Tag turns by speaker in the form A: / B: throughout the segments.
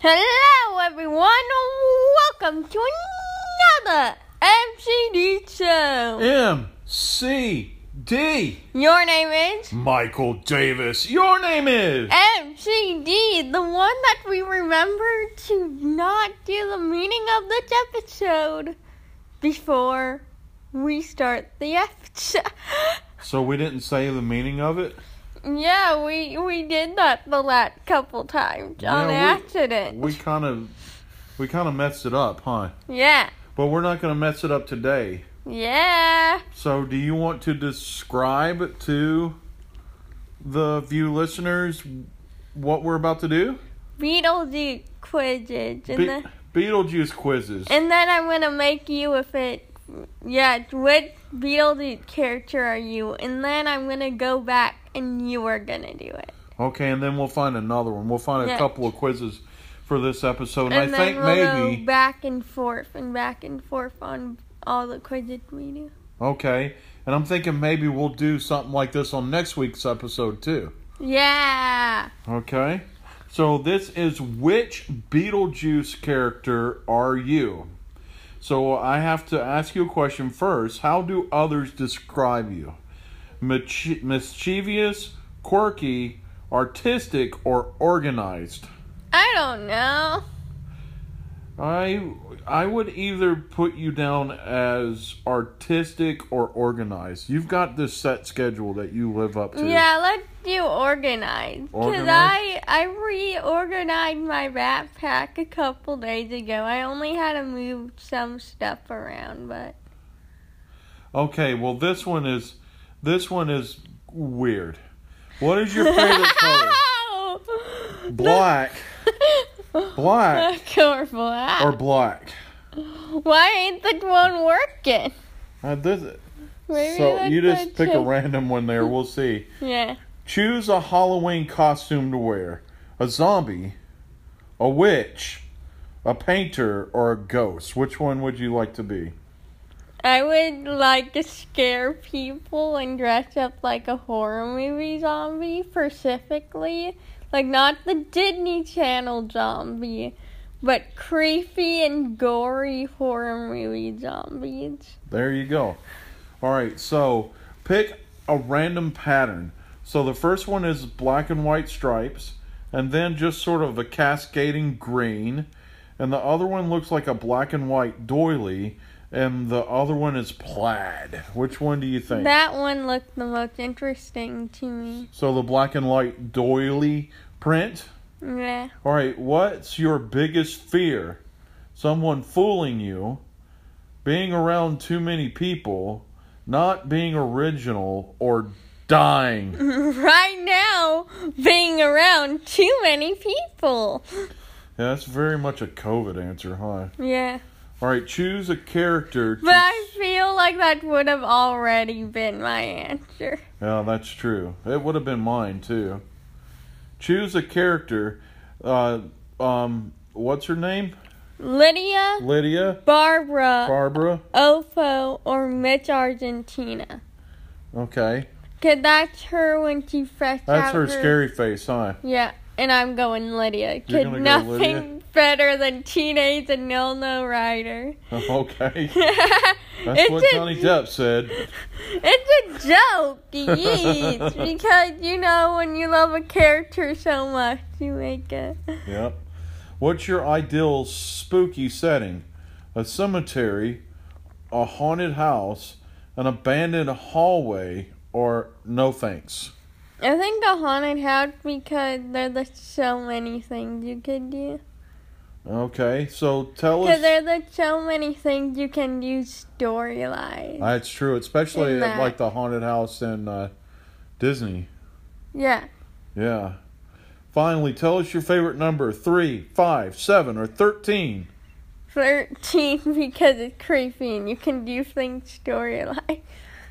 A: Hello, everyone. Welcome to another MCD show.
B: M C D.
A: Your name is
B: Michael Davis. Your name is.
A: MCD, the one that we remember to not do the meaning of this episode before we start the episode.
B: So we didn't say the meaning of it.
A: yeah, we we did that the last couple times on
B: Yeah, we-
A: accident.
B: We kind of, we kind of messed it up, huh?
A: yeah,
B: But we're not going to mess it up today.
A: yeah.
B: So do you want to describe to the view listeners what we're about to do?
A: Beetlejuice quizzes and
B: Be-
A: the.
B: Beetlejuice quizzes.
A: And then I'm gonna make you if it. Yeah, what Beetlejuice character are you? And then I'm gonna go back and you are gonna do it.
B: okay, and then we'll find another one. We'll find a
A: Yeah.
B: couple of quizzes for this episode. And,
A: and
B: I
A: then
B: think
A: we'll
B: maybe.
A: go back and forth and back and forth on all the quizzes we do.
B: Okay. And I'm thinking maybe we'll do something like this on next week's episode too.
A: Yeah.
B: Okay. So this is which Beetlejuice character are you? So I have to ask you a question first. How do others describe you? Mich- mischievous, quirky, artistic, or organized?
A: I don't know.
B: I I would either put you down as artistic or organized. You've got this set schedule that you live up to.
A: Yeah, let's do organized. Cause I
B: Organized?
A: I reorganized my backpack a couple days ago. I only had to move some stuff around, but
B: Okay, well this one is this one is weird. What is your favorite color? Black Black.
A: Color black.
B: or black?
A: Ah, Why ain't the one working?
B: Uh, this,
A: Maybe
B: so
A: that's
B: you
A: a
B: just pick a
A: trick.
B: random one there. We'll see.
A: Yeah.
B: Choose a Halloween costume to wear: a zombie, a witch, a painter, or a ghost. Which one would you like to be?
A: I would like to scare people and dress up like a horror movie zombie specifically. Like not the Disney Channel zombie, but creepy and gory horror movie zombies.
B: There you go. All right, so pick a random pattern. So the first one is black and white stripes, and then just sort of a cascading green. And the other one looks like a black and white doily, and the other one is plaid. Which one do you think?
A: That one looked the most interesting to me.
B: so the black and white doily print.
A: Yeah.
B: All right, what's your biggest fear? Someone fooling you, being around too many people, not being original, or dying.
A: right now being around too many people.
B: Yeah, that's very much a COVID answer, huh?
A: Yeah.
B: All right, choose a character. to-
A: But I feel like that would have already been my answer.
B: yeah, that's true. It would have been mine too. Choose a character. Uh, um, what's her name?
A: Lydia,
B: Lydia,
A: Barbara,
B: Barbara.
A: Ofo, or Mitch Argentina.
B: Okay,
A: Cause that's her when she fresh
B: that's
A: out
B: her scary face, huh?
A: Yeah, and I'm going Lydia.
B: You're
A: Cause
B: gonna go
A: nothing
B: Lydia?
A: better than Teenage and Nil No Rider.
B: Okay. That's
A: it's
B: what
A: a
B: Johnny Depp said.
A: It's a joke, yeet, because you know when you love a character so much, you make a
B: Yep. What's your ideal spooky setting? A cemetery, a haunted house, an abandoned hallway, or no thanks?
A: I think a haunted house because there's so many things you could do.
B: Okay, so tell
A: Because
B: us.
A: there's so many things you can do storyline.
B: That's Ah, true, especially
A: In
B: at,
A: that-
B: like the haunted house in uh, Disney.
A: Yeah,
B: Yeah. Finally, tell us your favorite number three, five, seven, or 13.
A: 13 because it's creepy and you can do things storyline.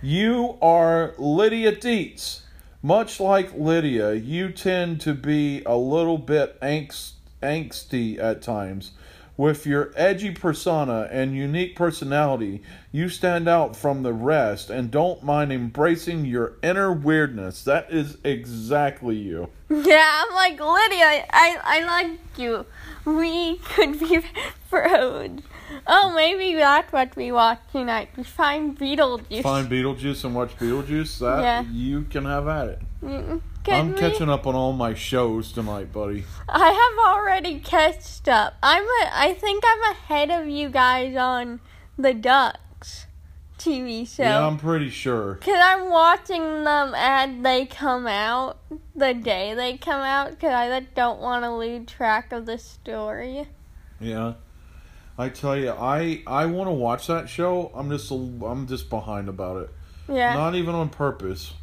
B: You are Lydia Dietz. Much like Lydia, you tend to be a little bit angst, angsty at times, With your edgy persona and unique personality, you stand out from the rest and don't mind embracing your inner weirdness. That is exactly you.
A: Yeah, I'm like Lydia. I I like you. We could be friends. Oh, maybe that's what we watch tonight. We find Beetlejuice.
B: Find Beetlejuice and watch Beetlejuice. That
A: Yeah.
B: you can have at it.
A: Mm,
B: I'm
A: could we?
B: catching up on all my shows tonight, buddy.
A: I have already catched up. I'm a, I think I'm ahead of you guys on the Ducks TV show.
B: Yeah, I'm pretty sure.
A: Cause I'm watching them as they come out, the day they come out. Cause I like, don't want to lose track of the story.
B: Yeah. I tell you, I I want to watch that show. I'm just a, I'm just behind about it.
A: Yeah.
B: Not even on purpose.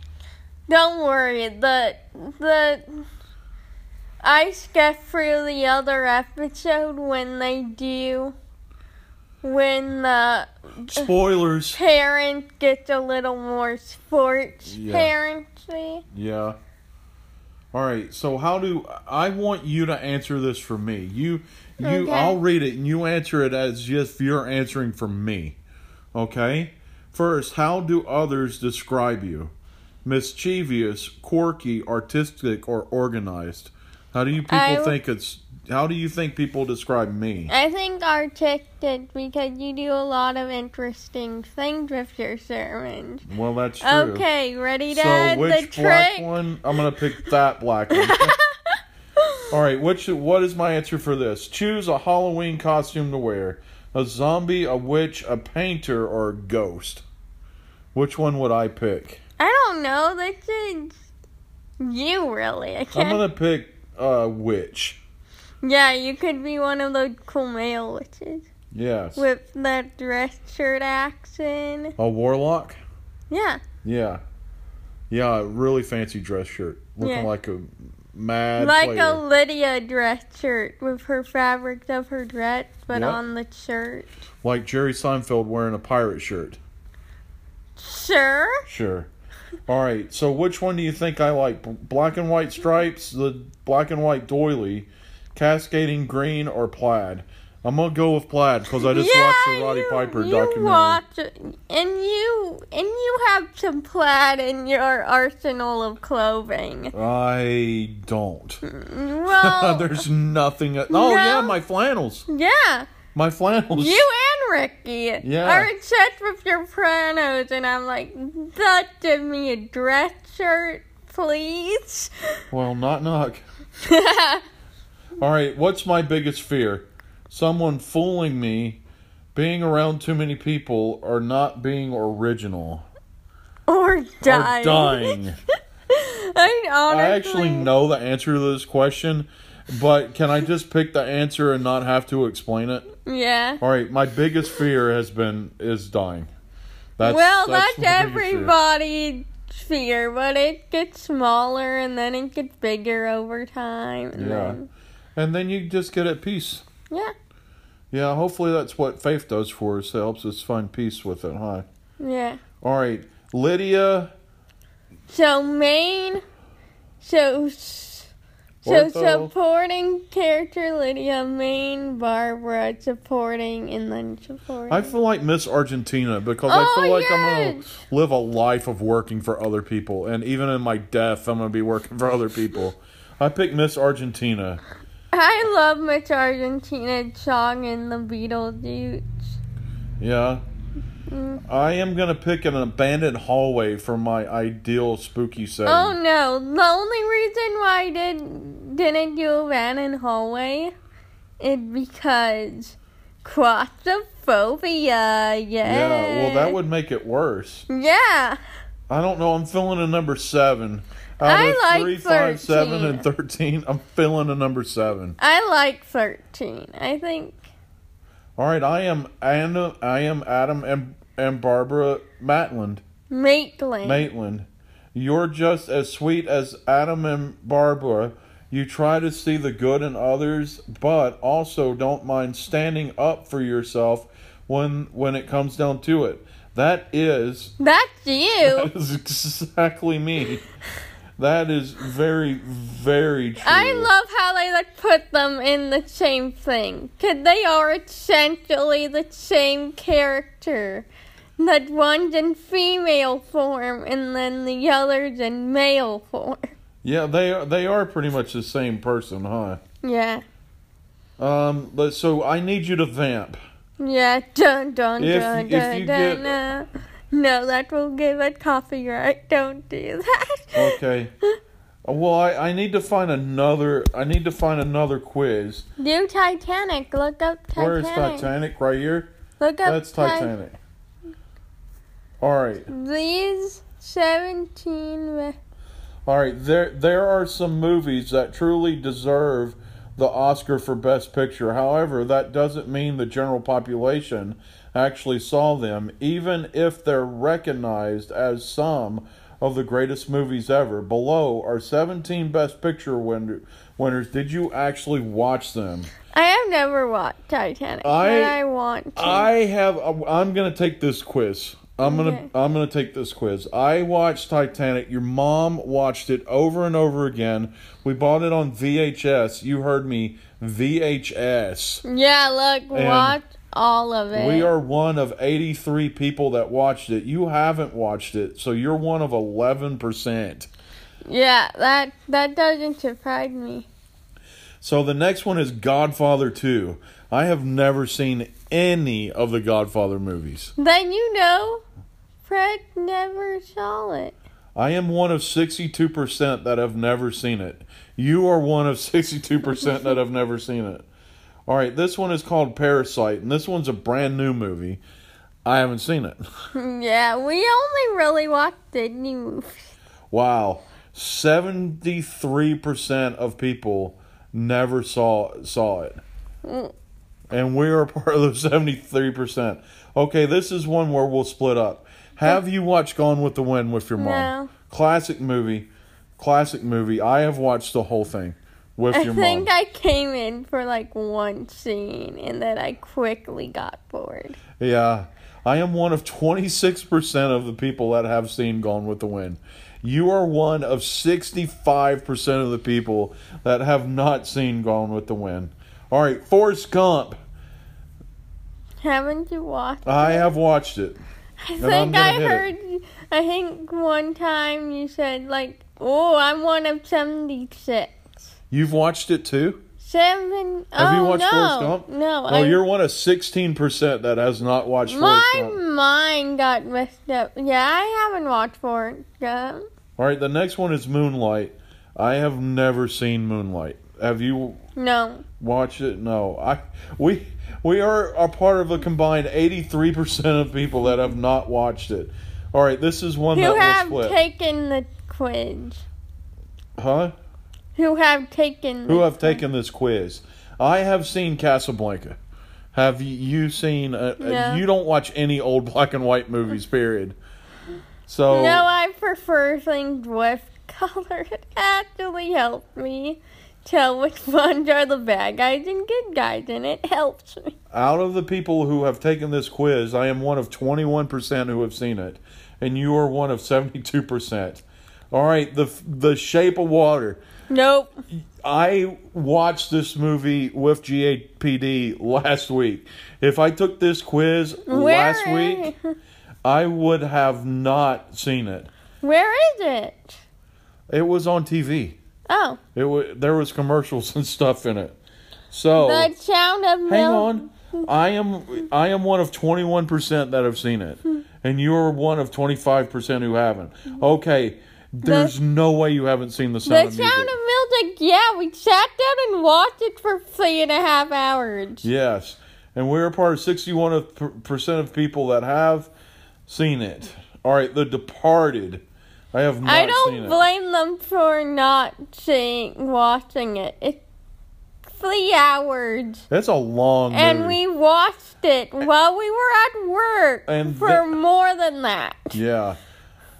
A: don't worry. The the I skip through the other episode when they do. When the
B: Spoilers.
A: parent gets a little more sports eh?
B: Yeah.
A: parenty.
B: Yeah. All right. So how do I want you to answer this for me? You you
A: Okay.
B: I'll read it and you answer it as if you're answering for me. Okay? First, how do others describe you? Mischievous, quirky, artistic, or organized? How do you people
A: I w-
B: think it's how do you think people describe me?
A: I think artistic because you do a lot of interesting things with your sermons.
B: Well, that's true.
A: Okay, ready to
B: So
A: add the
B: which black
A: trick?
B: one? I'm gonna pick that black one. All right, which what is my answer for this? Choose a Halloween costume to wear: a zombie, a witch, a painter, or a ghost. Which one would I pick?
A: I don't know. This is you, really. I
B: I'm
A: can't.
B: gonna pick uh, witch.
A: Yeah, you could be one of those cool male witches
B: Yes.
A: with that dress shirt action.
B: A warlock.
A: Yeah,
B: Yeah. Yeah, a really fancy dress shirt, looking
A: Yeah.
B: like a mad
A: like
B: player.
A: a Lydia dress shirt with her fabric of her dress, but
B: Yep.
A: on the shirt.
B: like Jerry Seinfeld wearing a pirate shirt.
A: Sure.
B: Sure. All right. So, which one do you think I like? B- Black and white stripes, the black and white doily, cascading green, or plaid? I'm gonna go with plaid because I just watched the Roddy
A: you-
B: Piper
A: you
B: documentary.
A: watch- and you and you have some plaid in your arsenal of clothing.
B: I don't.
A: Well,
B: There's nothing. At- oh yeah,
A: No.
B: my flannels.
A: yeah,
B: My flannels.
A: you and Ricky
B: Yeah.
A: are obsessed with your pronos, and I'm like, that give me a dress shirt, please.
B: Well, knock knock. All right. What's my biggest fear? Someone fooling me, being around too many people, or not being original.
A: or
B: Or
A: dying.
B: dying.
A: I honestly,
B: I actually know the answer to this question, but can I just pick the answer and not have to explain it?
A: yeah.
B: All right, my biggest fear has been is dying. That's,
A: well, that's,
B: my biggest fear.
A: everybody's fear, but it gets smaller and then it gets bigger over time. And
B: Yeah.
A: Then,
B: And then you just get at peace.
A: yeah.
B: Yeah, hopefully that's what faith does for us. It helps us find peace with it, huh?
A: Yeah.
B: All right, Lydia.
A: So, main. So. s- So,
B: Ortho.
A: supporting character Lydia, main Barbara, supporting, and then supporting.
B: I feel like Miss Argentina because I
A: Oh,
B: feel like I'm gonna
A: yes.
B: live a life of working for other people, and even in my death, I'm gonna be working for other people. I pick Miss Argentina.
A: I love Miss Argentina's song in the Beetlejuice.
B: Yeah.
A: Mm.
B: I am going to pick an abandoned hallway for my ideal spooky setting.
A: Oh no! The only reason why I did didn't do a van in hallway is because claustrophobia. Yeah.
B: yeah, well, that would make it worse.
A: Yeah.
B: I don't know. I'm feeling a number seven. Out
A: I
B: of
A: like
B: three, five, seven, and 13, I'm feeling a number seven.
A: I like thirteen. I think.
B: All right, I am Anna, I am Adam and, and Barbara Matland.
A: Maitland.
B: Maitland, you're just as sweet as Adam and Barbara. You try to see the good in others, but also don't mind standing up for yourself when when it comes down to it. That is,
A: That's you.
B: that is exactly me. That is very, very true.
A: I love how they like put them in the same thing, 'cause they are essentially the same character. That one's in female form and then the other's in male form.
B: Yeah, they are, they are pretty much the same person, huh?
A: Yeah.
B: Um, but so I need you to vamp.
A: Yeah. Dun dun
B: If-
A: dun
B: if
A: dun
B: you
A: dun.
B: get-
A: dun. No, that will give it copyright. Don't do that.
B: Okay. well, I, I need to find another. I need to find another quiz.
A: Do Titanic. Look up Titanic.
B: Where is Titanic? Right here.
A: Look up
B: That's
A: Ti-
B: Titanic. All right.
A: These 17. re-
B: All right, there there are some movies that truly deserve the Oscar for Best Picture. However, that doesn't mean the general population actually saw them, even if they're recognized as some of the greatest movies ever. Below are 17 Best Picture win- winners. Did you actually watch them?
A: I have never watched Titanic,
B: I-
A: but I want to.
B: I have. I'm gonna take this quiz. I'm gonna.
A: Okay.
B: I'm gonna take this quiz. I watched Titanic. Your mom watched it over and over again. We bought it on VHS. You heard me. VHS.
A: yeah, look,
B: And
A: watch all of it.
B: We are one of 83 people that watched it. You haven't watched it, so you're one of 11 percent.
A: Yeah, that that doesn't surprise me.
B: So the next one is Godfather 2. I have never seen any of the Godfather movies.
A: Then you know, Fred never saw it.
B: I am one of 62% that have never seen it. You are one of 62% that have never seen it. All right, this one is called Parasite, and this one's a brand new movie. I haven't seen it.
A: Yeah, we only really watched Disney movies.
B: Wow. 73% of people never saw saw it.
A: Mm.
B: And we are part of the 73%. Okay, this is one where we'll split up. Have you watched Gone with the Wind with your mom?
A: No.
B: Classic movie. Classic movie. I have watched the whole thing with
A: I
B: your
A: think
B: mom.
A: I came in for like one scene and then I quickly got bored.
B: yeah. I am one of 26% of the people that have seen Gone with the Wind. You are one of 65% of the people that have not seen Gone with the Wind. All right, Forrest Gump.
A: Haven't you watched?
B: I have watched it.
A: I
B: I'm
A: think
B: gonna
A: I
B: hit it.
A: heard. I think one time you said like, "Oh, I'm one of seventy six.
B: You've watched it too?
A: Seven.
B: Have
A: oh,
B: you watched
A: no.
B: Forrest Gump?
A: No,
B: No,
A: I,
B: you're one of 16% that has not watched Forrest
A: My
B: Gump.
A: mind got messed up. Yeah, I haven't watched Forrest Gump.
B: All right, the next one is Moonlight. I have never seen Moonlight. Have you
A: No.
B: watched it? No. I we we are a part of a combined 83% of people that have not watched it. All right, this is one
A: Who
B: that
A: have
B: will split.
A: taken the quiz?
B: Huh?
A: Who have taken?
B: Who
A: the
B: have taken this quiz? I have seen Casablanca. Have y- you seen? Uh, uh,
A: No.
B: You don't watch any old black and white movies, period. So
A: No, I prefer things with color. It actually helped me tell which ones are the bad guys and good guys, and it helps me.
B: out of the people who have taken this quiz, I am one of 21% who have seen it, and you are one of 72%. All right, the the Shape of Water.
A: Nope.
B: I watched this movie with GAPD last week. If I took this quiz last week, I would have not seen it.
A: Where is it?
B: It was on TV.
A: Oh,
B: It wa there was commercials and stuff in it. So
A: the sound of milk.
B: Oh. Hang on. I am I am one of 21% that have seen it. And you're one of 25% who haven't. Okay, there's no way you haven't seen the
A: The
B: sound of music.
A: sound of music. Yeah, we sat down and watched it for three and a half hours.
B: yes. And we're part of 61% of, per- percent of people that have seen it. All right, The Departed. I have not
A: I
B: seen
A: don't
B: it.
A: blame them for not seeing watching it. It's three hours.
B: That's a long
A: And
B: movie.
A: we watched it while we were at work
B: And
A: for
B: the-
A: more than that.
B: yeah.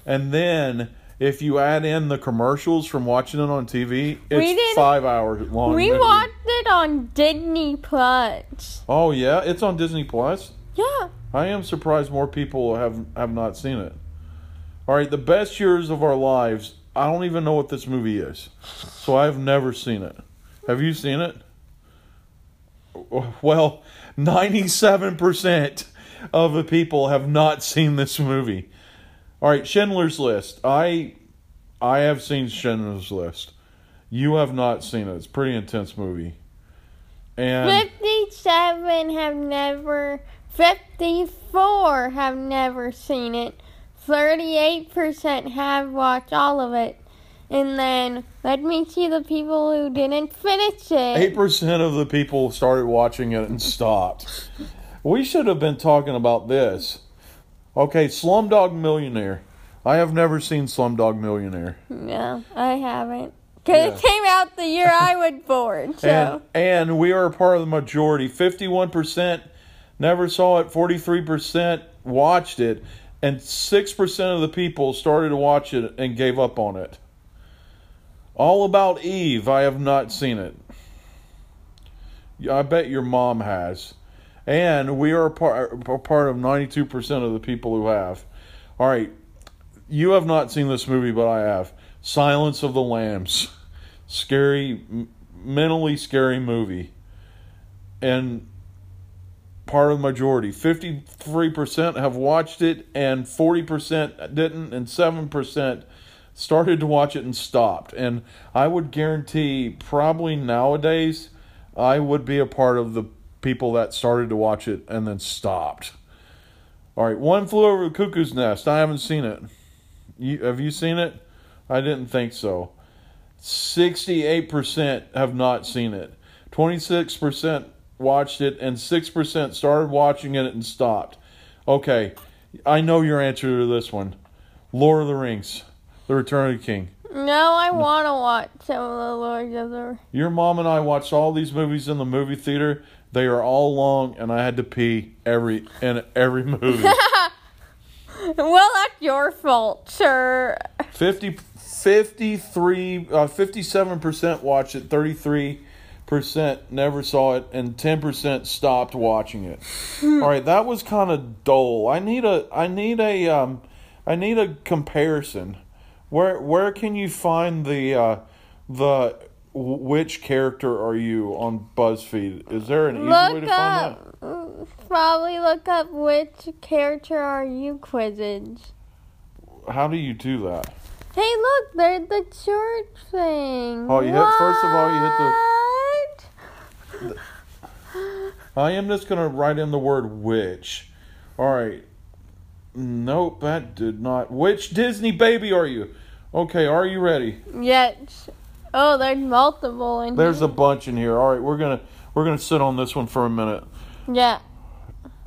B: And then if you add in the commercials from watching it on TV,
A: didn't-
B: it's 5 hour long.
A: We
B: movie.
A: watched it on Disney Plus.
B: Oh yeah, it's on Disney Plus.
A: Yeah.
B: I am surprised more people have have not seen it. All right, the best years of our lives. I don't even know what this movie is, so I've never seen it. Have you seen it? Well, ninety-seven percent of the people have not seen this movie. All right, Schindler's List. I I have seen Schindler's List. You have not seen it. It's a pretty intense movie. And
A: 57 have never, 54 have never seen it. 38% have watched all of it. And then let me see the people who didn't finish
B: eight
A: it.
B: percent of the people started watching it and stopped. we should have been talking about this. Okay, Slumdog Millionaire. I have never seen Slumdog Millionaire.
A: No, I haven't. Because
B: Yeah.
A: it came out the year I was born. So.
B: And and we are a part of the majority. Fifty one percent never saw it, forty three percent watched it, and six percent of the people started to watch it and gave up on it. All about Eve, I have not seen it. Yeah, I bet your mom has. And we are a part, a part of 92% of the people who have. All right. You have not seen this movie, but I have. Silence of the Lambs. Scary, m- mentally scary movie. And part of the majority. 53% have watched it, and 40% didn't, and 7% started to watch it and stopped. And I would guarantee, probably nowadays, I would be a part of the people that started to watch it and then stopped. All right, One Flew Over the Cuckoo's Nest. I haven't seen it. You, have you seen it? I didn't think so. 68% have not seen it. 26% watched it, and 6% started watching it and stopped. Okay, I know your answer to this one Lord of the Rings, The Return of the King.
A: No, I want to watch some of the Lords of the.
B: Your mom and I watched all these movies in the movie theater. They are all long, and I had to pee every in every movie.
A: Well, that's your fault, sir.
B: 50, 53, uh, 57% watched it, 33% never saw it, and 10% stopped watching it.
A: Hmm.
B: All right, that was kind of dull. I need a, I need a, um, I need a comparison. Where, where can you find the, uh, the, wh- which character are you on BuzzFeed? Is there an easy way
A: Look
B: to find that?
A: up. Probably look up which character are you quizzes.
B: How do you do that?
A: Hey, look, they're the church thing.
B: Oh, you hit- first of all, you hit the-
A: What?
B: I am just going to write in the word which. All right. Nope, that did not. Which Disney baby are you? Okay, are you ready?
A: Yes. Oh, there's multiple in
B: There's a
A: here.
B: bunch in here. All right, we're going to we're going to sit on this one for a minute.
A: Yeah.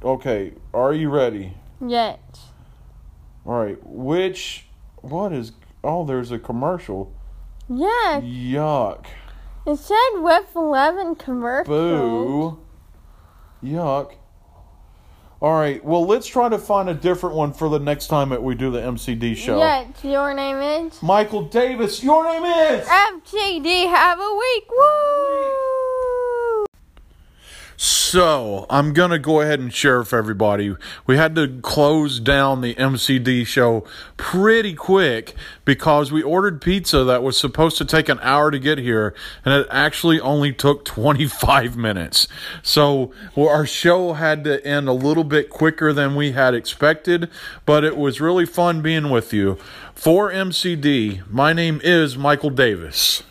B: Okay, are you ready?
A: Yes.
B: All right. Which what is Oh, there's a commercial.
A: Yeah.
B: Yuck.
A: It said with 11 commercials.
B: Boo. Yuck. All right. Well, let's try to find a different one for the next time that we do the MCD show.
A: Yes, your name is?
B: Michael Davis, your name is
A: FGD, have a week. Woo!
B: So I'm gonna go ahead and share with everybody. We had to close down the MCD show pretty quick because we ordered pizza that was supposed to take an hour to get here, and it actually only took 25 minutes. So well, our show had to end a little bit quicker than we had expected, but it was really fun being with you. For MCD, my name is Michael Davis.